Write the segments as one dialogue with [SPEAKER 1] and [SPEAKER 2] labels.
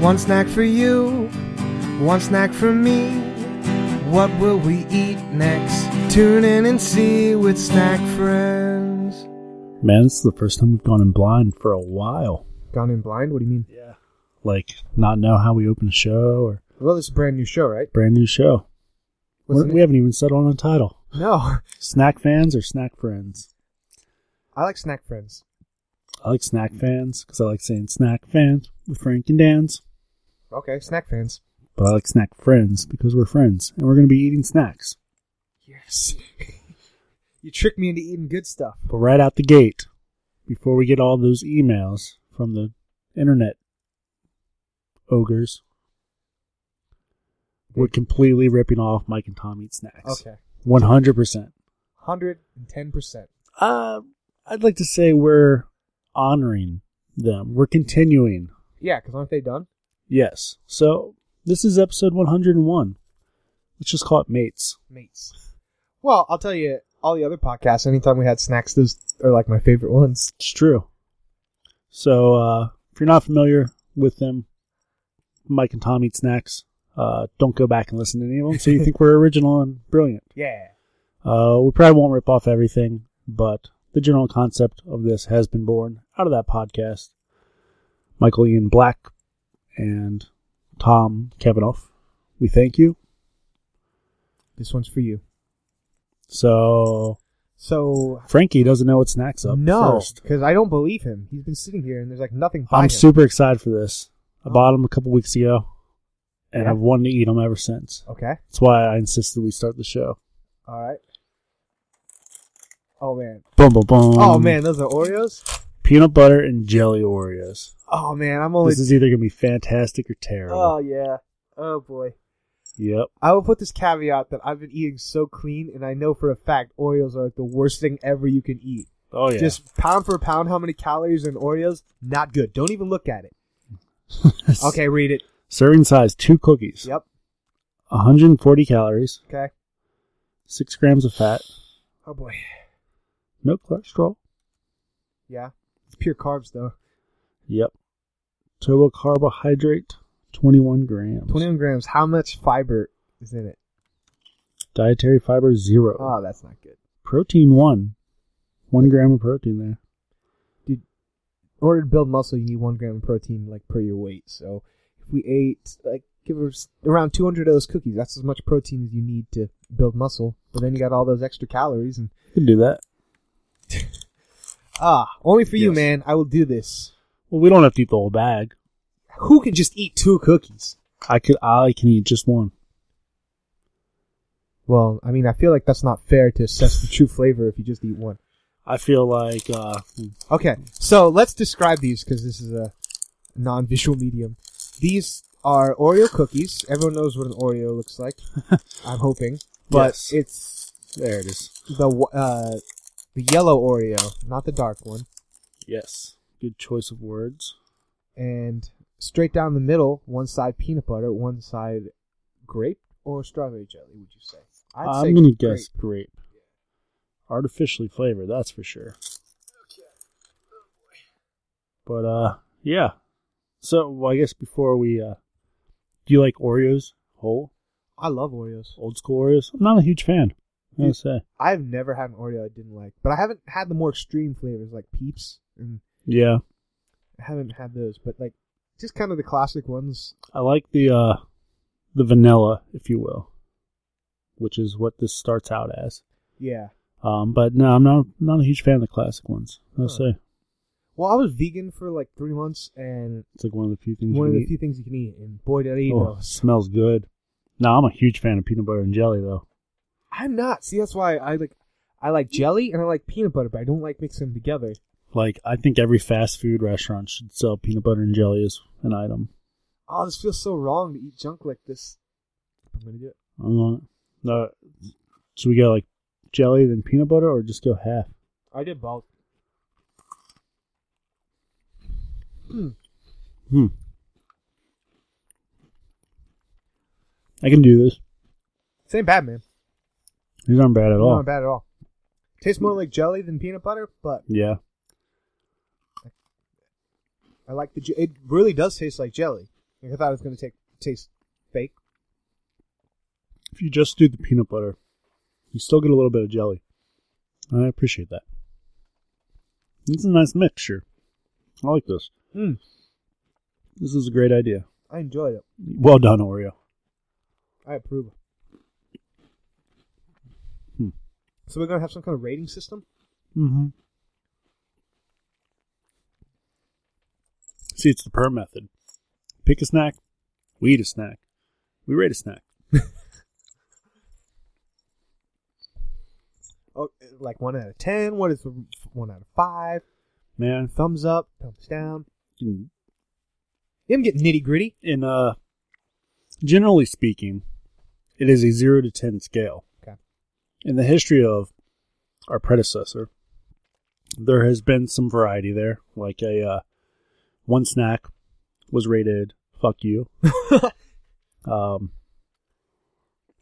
[SPEAKER 1] One snack for you, one snack for me. What will we eat next? Tune in and see with Snack Friends.
[SPEAKER 2] Man, this is the first time we've gone in blind for a while.
[SPEAKER 1] Gone in blind? What do you mean?
[SPEAKER 2] Yeah. Like, not know how we open a show or
[SPEAKER 1] Well, this is a brand new show, right?
[SPEAKER 2] brand new show. We're-
[SPEAKER 1] Wasn't
[SPEAKER 2] we
[SPEAKER 1] it?
[SPEAKER 2] haven't even settled on a title.
[SPEAKER 1] No,
[SPEAKER 2] Snack fans or snack friends?
[SPEAKER 1] I like Snack Friends.
[SPEAKER 2] I like snack fans because I like saying snack fans with Frank and Dan's.
[SPEAKER 1] Okay, Snack Fans.
[SPEAKER 2] But I like snack friends because we're friends and we're going to be eating snacks.
[SPEAKER 1] Yes. you tricked me into eating good stuff.
[SPEAKER 2] But right out the gate, before we get all those emails from the internet ogres, we're completely ripping off Mike and Tom Eat Snacks.
[SPEAKER 1] Okay.
[SPEAKER 2] 100%.
[SPEAKER 1] 110%.
[SPEAKER 2] Uh, I'd like to say we're honoring them. We're continuing.
[SPEAKER 1] Yeah, because aren't they done?
[SPEAKER 2] Yes. So this is episode 101. Let's just call it Mates.
[SPEAKER 1] Mates. Well, I'll tell you, all the other podcasts, anytime we had snacks, those are like my favorite ones.
[SPEAKER 2] It's true. So uh, if you're not familiar with them, Mike and Tom eat snacks. Uh, don't go back and listen to any of them. So you think we're original and brilliant.
[SPEAKER 1] Yeah.
[SPEAKER 2] Uh, we probably won't rip off everything, but the general concept of this has been born out of that podcast. Michael Ian Black and Tom Kavanoff, we thank you.
[SPEAKER 1] This one's for you.
[SPEAKER 2] So
[SPEAKER 1] So,
[SPEAKER 2] Frankie doesn't know what snacks up
[SPEAKER 1] no,
[SPEAKER 2] first.
[SPEAKER 1] because I don't believe him. He's been sitting here and there's like nothing by
[SPEAKER 2] I'm
[SPEAKER 1] him.
[SPEAKER 2] super excited for this. I
[SPEAKER 1] Oh.
[SPEAKER 2] bought them a couple weeks ago, and
[SPEAKER 1] Yeah?
[SPEAKER 2] I've wanted to eat them ever since.
[SPEAKER 1] Okay.
[SPEAKER 2] That's why I insisted we start the show.
[SPEAKER 1] All right. Oh, man.
[SPEAKER 2] Boom, boom, boom.
[SPEAKER 1] oh, man. Those are Oreos?
[SPEAKER 2] Peanut butter and jelly Oreos.
[SPEAKER 1] Oh, man. I'm only.
[SPEAKER 2] This is either going to be fantastic or terrible.
[SPEAKER 1] oh, yeah. Oh, boy.
[SPEAKER 2] yep.
[SPEAKER 1] I will put this caveat that I've been eating so clean, and I know for a fact Oreos are like the worst thing ever you can eat.
[SPEAKER 2] Oh, yeah.
[SPEAKER 1] Just pound for pound, how many calories are in Oreos? Not good. Don't even look at it. Okay, read it.
[SPEAKER 2] Serving size two cookies,
[SPEAKER 1] Yep.
[SPEAKER 2] 140 calories,
[SPEAKER 1] Okay.
[SPEAKER 2] six grams of fat,
[SPEAKER 1] Oh boy.
[SPEAKER 2] no cholesterol.
[SPEAKER 1] Yeah. It's pure carbs though.
[SPEAKER 2] Yep. Total carbohydrate, 21 grams.
[SPEAKER 1] 21 grams. How much fiber is in it?
[SPEAKER 2] Dietary fiber, zero.
[SPEAKER 1] Oh, that's not good.
[SPEAKER 2] Protein one. One gram of protein there.
[SPEAKER 1] In order to build muscle, you need one gram of protein like per your weight. So if we ate like give us around 200 of those cookies, that's as much protein as you need to build muscle. But then you got all those extra calories and
[SPEAKER 2] You can do that.
[SPEAKER 1] ah, only for you,
[SPEAKER 2] Yes.
[SPEAKER 1] man. I will do this.
[SPEAKER 2] Well, we don't have to eat the whole bag.
[SPEAKER 1] Who can just eat two cookies?
[SPEAKER 2] I could. I can eat just one.
[SPEAKER 1] Well, I mean, I feel like that's not fair to assess the true flavor if you just eat one.
[SPEAKER 2] I feel like uh,
[SPEAKER 1] Okay, so let's describe these because this is a non-visual medium. These are Oreo cookies. Everyone knows what an Oreo looks like. I'm hoping, but
[SPEAKER 2] Yes.
[SPEAKER 1] it's
[SPEAKER 2] there it is.
[SPEAKER 1] the wh- uh, the yellow Oreo, not the dark one.
[SPEAKER 2] Yes, good choice of words.
[SPEAKER 1] And straight down the middle, one side peanut butter, one side grape or strawberry jelly. Would you say?
[SPEAKER 2] i am gonna guess grape. Artificially flavored, that's for sure. But uh, yeah. So well, I guess before we uh, do you like Oreos whole
[SPEAKER 1] I love Oreos.
[SPEAKER 2] old school Oreos? I'm not a huge fan. I gotta say.
[SPEAKER 1] I've never had an Oreo I didn't like, but I haven't had the more extreme flavors like Peeps and
[SPEAKER 2] Yeah,
[SPEAKER 1] I haven't had those, but like just kind of the classic ones.
[SPEAKER 2] I like the uh, the vanilla, if you will, which is what this starts out as.
[SPEAKER 1] Yeah.
[SPEAKER 2] Um, but no, I'm not not a huge fan of the classic ones. I'll
[SPEAKER 1] Huh.
[SPEAKER 2] say
[SPEAKER 1] Well, I was vegan for like three months, and
[SPEAKER 2] it's like one of the few things.
[SPEAKER 1] one of
[SPEAKER 2] you
[SPEAKER 1] the
[SPEAKER 2] eat.
[SPEAKER 1] few things you can eat, and boy did I eat
[SPEAKER 2] Oh, it
[SPEAKER 1] those.
[SPEAKER 2] smells good. No, I'm a huge fan of peanut butter and jelly though.
[SPEAKER 1] I'm not. See, that's why I like I like jelly and I like peanut butter, but I don't like mixing them together.
[SPEAKER 2] Like I think every fast food restaurant should sell peanut butter and jelly as an item.
[SPEAKER 1] Oh, this feels so wrong to eat junk like this. I'm gonna do it.
[SPEAKER 2] I'm not, no, should we go like jelly then peanut butter or just go half?
[SPEAKER 1] I did both.
[SPEAKER 2] Hmm. I can do this.
[SPEAKER 1] This ain't bad, man.
[SPEAKER 2] These aren't bad at all.
[SPEAKER 1] Not bad at all. Tastes more like jelly than peanut butter, but
[SPEAKER 2] Yeah.
[SPEAKER 1] I like the. Ju- it really does taste like jelly. Like, I thought it was going to take, taste fake.
[SPEAKER 2] If you just do the peanut butter, you still get a little bit of jelly. I appreciate that. It's a nice mixture. I like this.
[SPEAKER 1] Mm.
[SPEAKER 2] This is a great idea.
[SPEAKER 1] I enjoyed it.
[SPEAKER 2] Well done, Oreo.
[SPEAKER 1] I approve.
[SPEAKER 2] Hmm.
[SPEAKER 1] So we're going to have some kind of rating system?
[SPEAKER 2] Mm-hmm. See, it's the per method. Pick a snack, we eat a snack, we rate a snack.
[SPEAKER 1] Oh, like one out of ten? What is the- one out of five?
[SPEAKER 2] Man,
[SPEAKER 1] Thumbs up, thumbs down. You
[SPEAKER 2] fucking
[SPEAKER 1] didn't get nitty gritty.
[SPEAKER 2] in uh generally speaking, it is a zero to ten scale.
[SPEAKER 1] Okay.
[SPEAKER 2] In the history of our predecessor, there has been some variety there. Like a uh, one snack was rated "fuck you." um,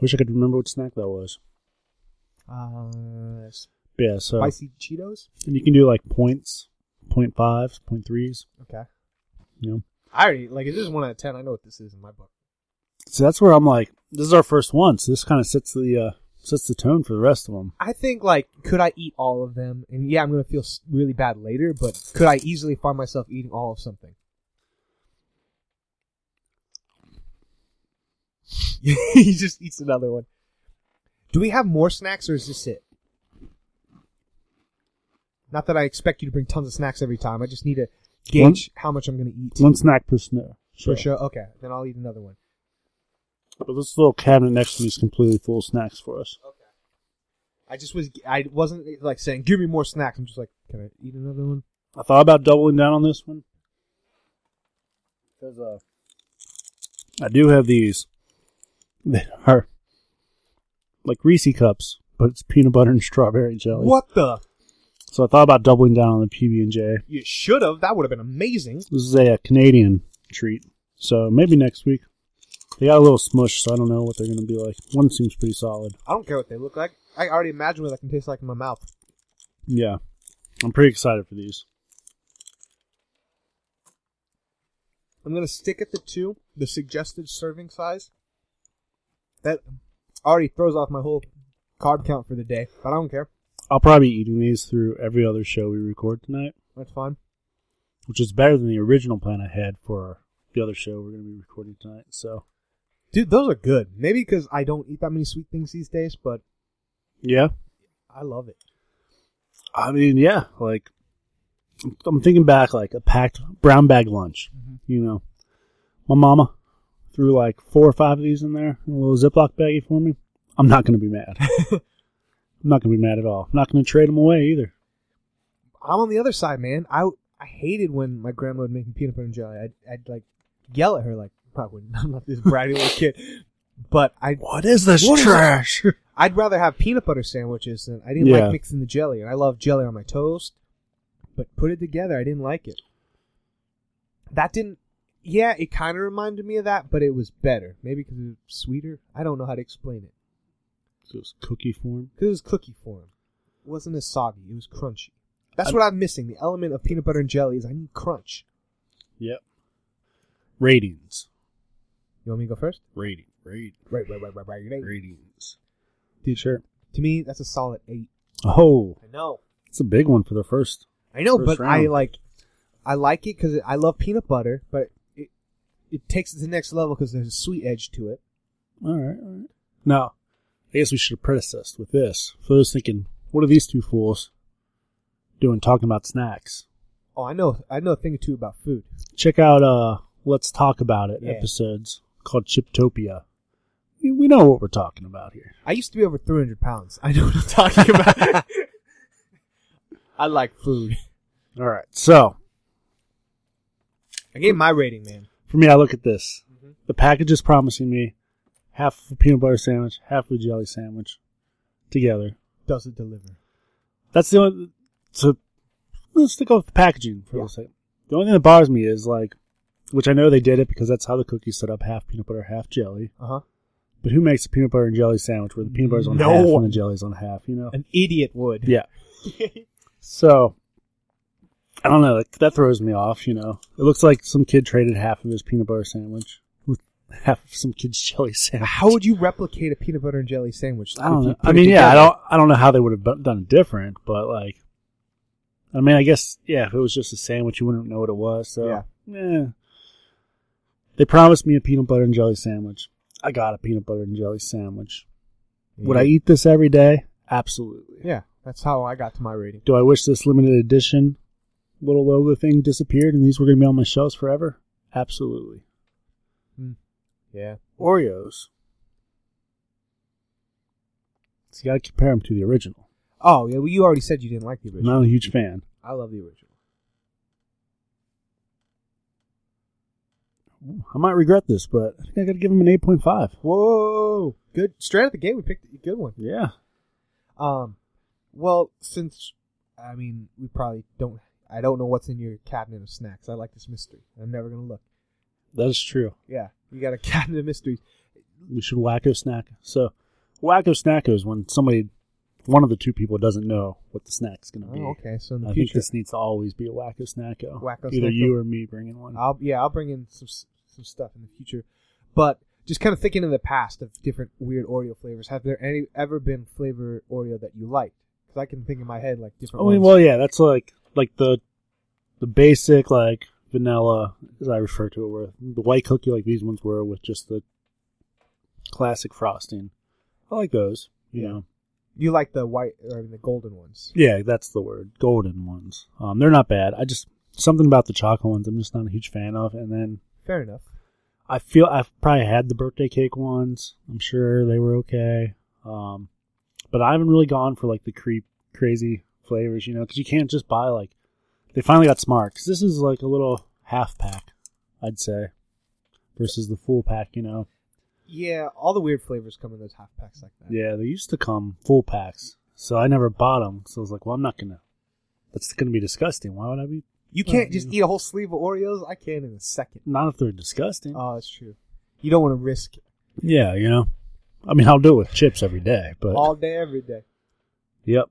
[SPEAKER 2] wish I could remember what snack that was.
[SPEAKER 1] Uh,
[SPEAKER 2] But yeah, so
[SPEAKER 1] spicy Cheetos.
[SPEAKER 2] and you can do like points, point fives, point threes.
[SPEAKER 1] Okay.
[SPEAKER 2] You know,
[SPEAKER 1] I already like if this is one out of ten. I know what this is in my book.
[SPEAKER 2] so that's where I'm like, this is our first one, so this kind of sets the uh, sets the tone for the rest of them.
[SPEAKER 1] I think like could I eat all of them? And yeah, I'm gonna feel s- really bad later. But could I easily find myself eating all of something? he just eats another one. Do we have more snacks, or is this it? Not that I expect you to bring tons of snacks every time. I just need to
[SPEAKER 2] One-
[SPEAKER 1] gauge how much I'm gonna eat.
[SPEAKER 2] One snack per snack.
[SPEAKER 1] For sure. Okay, then I'll eat another one.
[SPEAKER 2] But this little cabinet next to me is completely full of snacks for us.
[SPEAKER 1] I just was I wasn't like saying give me more snacks. I'm just like can I eat another one?
[SPEAKER 2] I thought about doubling down on this one. Because uh, I do have these that are like Reese cups, but it's peanut butter and strawberry jelly.
[SPEAKER 1] What the?
[SPEAKER 2] So I thought about doubling down on the PB and J.
[SPEAKER 1] You should have. That would have been amazing.
[SPEAKER 2] This is a, uh Canadian treat, so maybe next week. They got a little smush, so I don't know what they're going to be like. One seems pretty solid.
[SPEAKER 1] I don't care what they look like. I already imagine what that can taste like in my mouth.
[SPEAKER 2] Yeah, I'm pretty excited for these.
[SPEAKER 1] I'm gonna stick at the two, the suggested serving size. That already throws off my whole carb count for the day, but I don't care.
[SPEAKER 2] I'll probably be eating these through every other show we record tonight.
[SPEAKER 1] That's fine.
[SPEAKER 2] which is better than the original plan I had for the other show we're going to be recording tonight. So,
[SPEAKER 1] Dude, those are good. Maybe because I don't eat that many sweet things these days, but
[SPEAKER 2] yeah,
[SPEAKER 1] I love it.
[SPEAKER 2] I mean, yeah, like I'm- I'm thinking back, like a packed brown bag lunch. You know, my mama threw like four or five of these in there in a little Ziploc baggie for me. I'm not going to be mad. I'm not going to be mad at all. I'm not going to trade them away either.
[SPEAKER 1] I'm on the other side, man. I I hated when my grandma would make me peanut butter and jelly. I'd, I'd like yell at her, like I wouldn't. I'm not this bratty little kid, but I
[SPEAKER 2] What is this
[SPEAKER 1] What is
[SPEAKER 2] trash?
[SPEAKER 1] I'd rather have peanut butter sandwiches than I didn't
[SPEAKER 2] Yeah.
[SPEAKER 1] like mixing the jelly, and I love jelly on my toast. But put it together, I didn't like it. That didn't. Yeah, it kind of reminded me of that, but it was better. Maybe because it was sweeter. I don't know how to explain it.
[SPEAKER 2] this cookie form.
[SPEAKER 1] Because it was cookie form. It wasn't as soggy. It was crunchy. That's what I'm missing. The element of peanut butter and jelly is I need crunch.
[SPEAKER 2] Yep. Ratings.
[SPEAKER 1] You want me to go first?
[SPEAKER 2] Rating. Rating.
[SPEAKER 1] Right, right, right, right, right. right.
[SPEAKER 2] Ratings.
[SPEAKER 1] Dude,
[SPEAKER 2] Sure.
[SPEAKER 1] To me, that's a solid eight.
[SPEAKER 2] Oh,
[SPEAKER 1] I know.
[SPEAKER 2] it's a big one for the first
[SPEAKER 1] I know,
[SPEAKER 2] First
[SPEAKER 1] but I
[SPEAKER 2] round.
[SPEAKER 1] like, I like it because I love peanut butter, but it it takes it to the next level because there's a sweet edge to it.
[SPEAKER 2] All right, all right. Now, I guess we should have predecessed with this. For those thinking, what are these two fools doing talking about snacks?
[SPEAKER 1] Oh, I know, I know a thing or two about food.
[SPEAKER 2] Check out uh Let's Talk About It
[SPEAKER 1] Yeah.
[SPEAKER 2] episodes called Chiptopia. We, we know what we're talking about here.
[SPEAKER 1] I used to be over 300 pounds. I know what I'm talking about. I like food.
[SPEAKER 2] All right. So,
[SPEAKER 1] I gave my rating, man.
[SPEAKER 2] for me, I look at this. The package is promising me half a peanut butter sandwich, half a jelly sandwich together.
[SPEAKER 1] Does it deliver?
[SPEAKER 2] That's the only. So let's stick with the packaging for
[SPEAKER 1] Yeah.
[SPEAKER 2] a second. The only thing that bothers me is like, which I know they did it because that's how the cookie's set up: half peanut butter, half jelly.
[SPEAKER 1] Uh huh.
[SPEAKER 2] But who makes a peanut butter and jelly sandwich where the peanut butter's on
[SPEAKER 1] No
[SPEAKER 2] half
[SPEAKER 1] one.
[SPEAKER 2] and the jelly's on half? You know.
[SPEAKER 1] An idiot would.
[SPEAKER 2] Yeah. so I don't know. Like, that throws me off. You know, it looks like some kid traded half of his peanut butter sandwich with half of some kid's jelly sandwich.
[SPEAKER 1] How would you replicate a peanut butter and jelly sandwich?
[SPEAKER 2] I
[SPEAKER 1] if
[SPEAKER 2] don't
[SPEAKER 1] you
[SPEAKER 2] know.
[SPEAKER 1] put
[SPEAKER 2] I
[SPEAKER 1] it
[SPEAKER 2] mean, yeah, I
[SPEAKER 1] together?
[SPEAKER 2] don't. I don't know how they would have bu- done it different, but like, I mean, I guess yeah, if it was just a sandwich, you wouldn't know what it was. So
[SPEAKER 1] Yeah.
[SPEAKER 2] yeah. They promised me a peanut butter and jelly sandwich. I got a peanut butter and jelly sandwich. Would I eat this every day? Absolutely.
[SPEAKER 1] Yeah, that's how I got to my rating.
[SPEAKER 2] Do I wish this limited edition little logo thing disappeared and these were going to be on my shelves forever? Absolutely.
[SPEAKER 1] Yeah.
[SPEAKER 2] Oreos. So you got to compare them to the original.
[SPEAKER 1] Oh yeah, well, you already said you didn't like the
[SPEAKER 2] I'm
[SPEAKER 1] original.
[SPEAKER 2] not a huge fan.
[SPEAKER 1] I love the original.
[SPEAKER 2] I might regret this, but I think I got to give them an 8.5.
[SPEAKER 1] Whoa, good! Straight out the gate, we picked a good one.
[SPEAKER 2] Yeah.
[SPEAKER 1] Um, well, since I mean, we probably don't. I don't know what's in your cabinet of snacks. I like this mystery. I'm never gonna look.
[SPEAKER 2] That is true.
[SPEAKER 1] Yeah, you got a cabinet of mysteries.
[SPEAKER 2] We should wacko snack. So, wacko snacko is when somebody, one of the two people doesn't know what the snack's going to be.
[SPEAKER 1] Oh, okay, so in the
[SPEAKER 2] I think
[SPEAKER 1] future,
[SPEAKER 2] this needs to always be a wacko snacko. Ah,
[SPEAKER 1] Wacko
[SPEAKER 2] Either
[SPEAKER 1] Snacko.
[SPEAKER 2] you or me bringing one.
[SPEAKER 1] I'll yeah, I'll bring in some s- some stuff in the future, but just kind of thinking in the past of different weird Oreo flavors. Have there any ever been flavor Oreo that you liked? Because I can think in my head like different.
[SPEAKER 2] I mean,
[SPEAKER 1] ones.
[SPEAKER 2] well, yeah, that's like like the the basic like vanilla, as I refer to it, where the white cookie like these ones were with just the classic frosting. I like those. You
[SPEAKER 1] Yeah.
[SPEAKER 2] know,
[SPEAKER 1] you like the white or I mean, the golden ones.
[SPEAKER 2] yeah, that's the word. Golden ones. Um, they're not bad. I just something about the chocolate ones. I'm just not a huge fan of. And then
[SPEAKER 1] Fair enough.
[SPEAKER 2] I feel I've probably had the birthday cake ones. I'm sure they were okay. Um, but I haven't really gone for like the creep crazy flavors, you know, because you can't just buy like. They finally got smart 'cause this is like a little half pack, I'd say, versus the full pack. You know,
[SPEAKER 1] Yeah, all the weird flavors come in those half packs like that.
[SPEAKER 2] yeah, they used to come full packs, so I never bought them. So I was like, well, I'm not gonna. That's gonna be disgusting. Why would I be?
[SPEAKER 1] You
[SPEAKER 2] Well,
[SPEAKER 1] can't just
[SPEAKER 2] yeah.
[SPEAKER 1] eat a whole sleeve of Oreos. I can in a second.
[SPEAKER 2] Not if they're disgusting.
[SPEAKER 1] Oh, that's true. You don't want to risk it
[SPEAKER 2] yeah, you know. I mean, I'll do it with chips every day, but
[SPEAKER 1] all day, every day.
[SPEAKER 2] yep.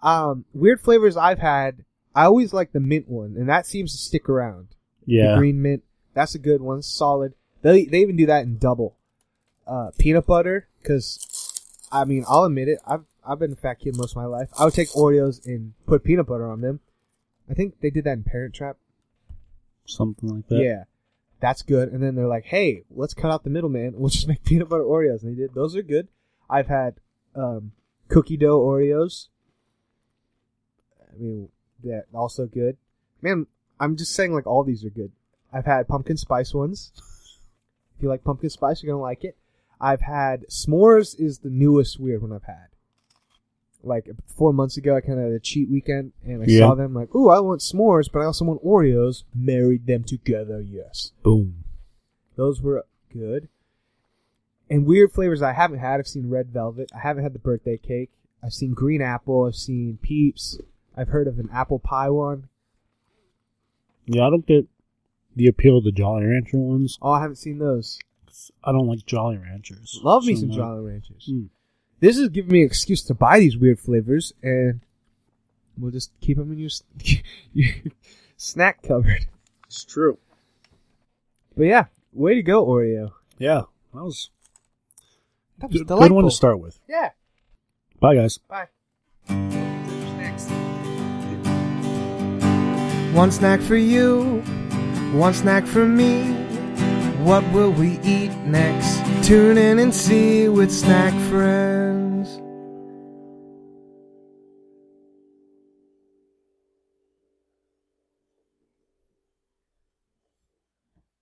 [SPEAKER 1] Um, weird flavors I've had. I always like the mint one, and that seems to stick around.
[SPEAKER 2] Yeah.
[SPEAKER 1] The green mint. That's a good one. Solid. They they even do that in double. Uh, peanut butter, because I mean I'll admit it. I've I've been a fat kid most of my life. I would take Oreos and put peanut butter on them. I think they did that in Parent Trap.
[SPEAKER 2] something like that.
[SPEAKER 1] Yeah, that's good. And then they're like, hey, let's cut out the middleman. We'll just make peanut butter Oreos. And they did. Those are good. I've had um, cookie dough Oreos. I mean, that also good. Man, I'm just saying like all these are good. I've had pumpkin spice ones. If you like pumpkin spice, you're gonna like it. I've had s'mores is the newest weird one I've had. Like four months ago, I kind of had a cheat weekend, and I
[SPEAKER 2] Yeah.
[SPEAKER 1] saw them like, "Ooh, I want s'mores, but I also want Oreos." Married them together, yes.
[SPEAKER 2] Boom.
[SPEAKER 1] Those were good. And weird flavors I haven't had. I've seen red velvet. I haven't had the birthday cake. I've seen green apple. I've seen peeps. I've heard of an apple pie one.
[SPEAKER 2] Yeah, I don't get the appeal of the Jolly Rancher ones.
[SPEAKER 1] Oh, I haven't seen those.
[SPEAKER 2] I don't like Jolly Ranchers.
[SPEAKER 1] Love me
[SPEAKER 2] So
[SPEAKER 1] some
[SPEAKER 2] much.
[SPEAKER 1] Jolly Ranchers.
[SPEAKER 2] Mm.
[SPEAKER 1] This is giving me an excuse to buy these weird flavors, and we'll just keep them in your, s- your snack cupboard.
[SPEAKER 2] It's true.
[SPEAKER 1] But yeah, way to go, Oreo.
[SPEAKER 2] Yeah, that was
[SPEAKER 1] That was
[SPEAKER 2] good,
[SPEAKER 1] delightful.
[SPEAKER 2] good one to start with.
[SPEAKER 1] Yeah.
[SPEAKER 2] Bye, guys.
[SPEAKER 1] Bye. One snack for you, one snack for me. What will we eat next? Tune in and see with Snack Friends.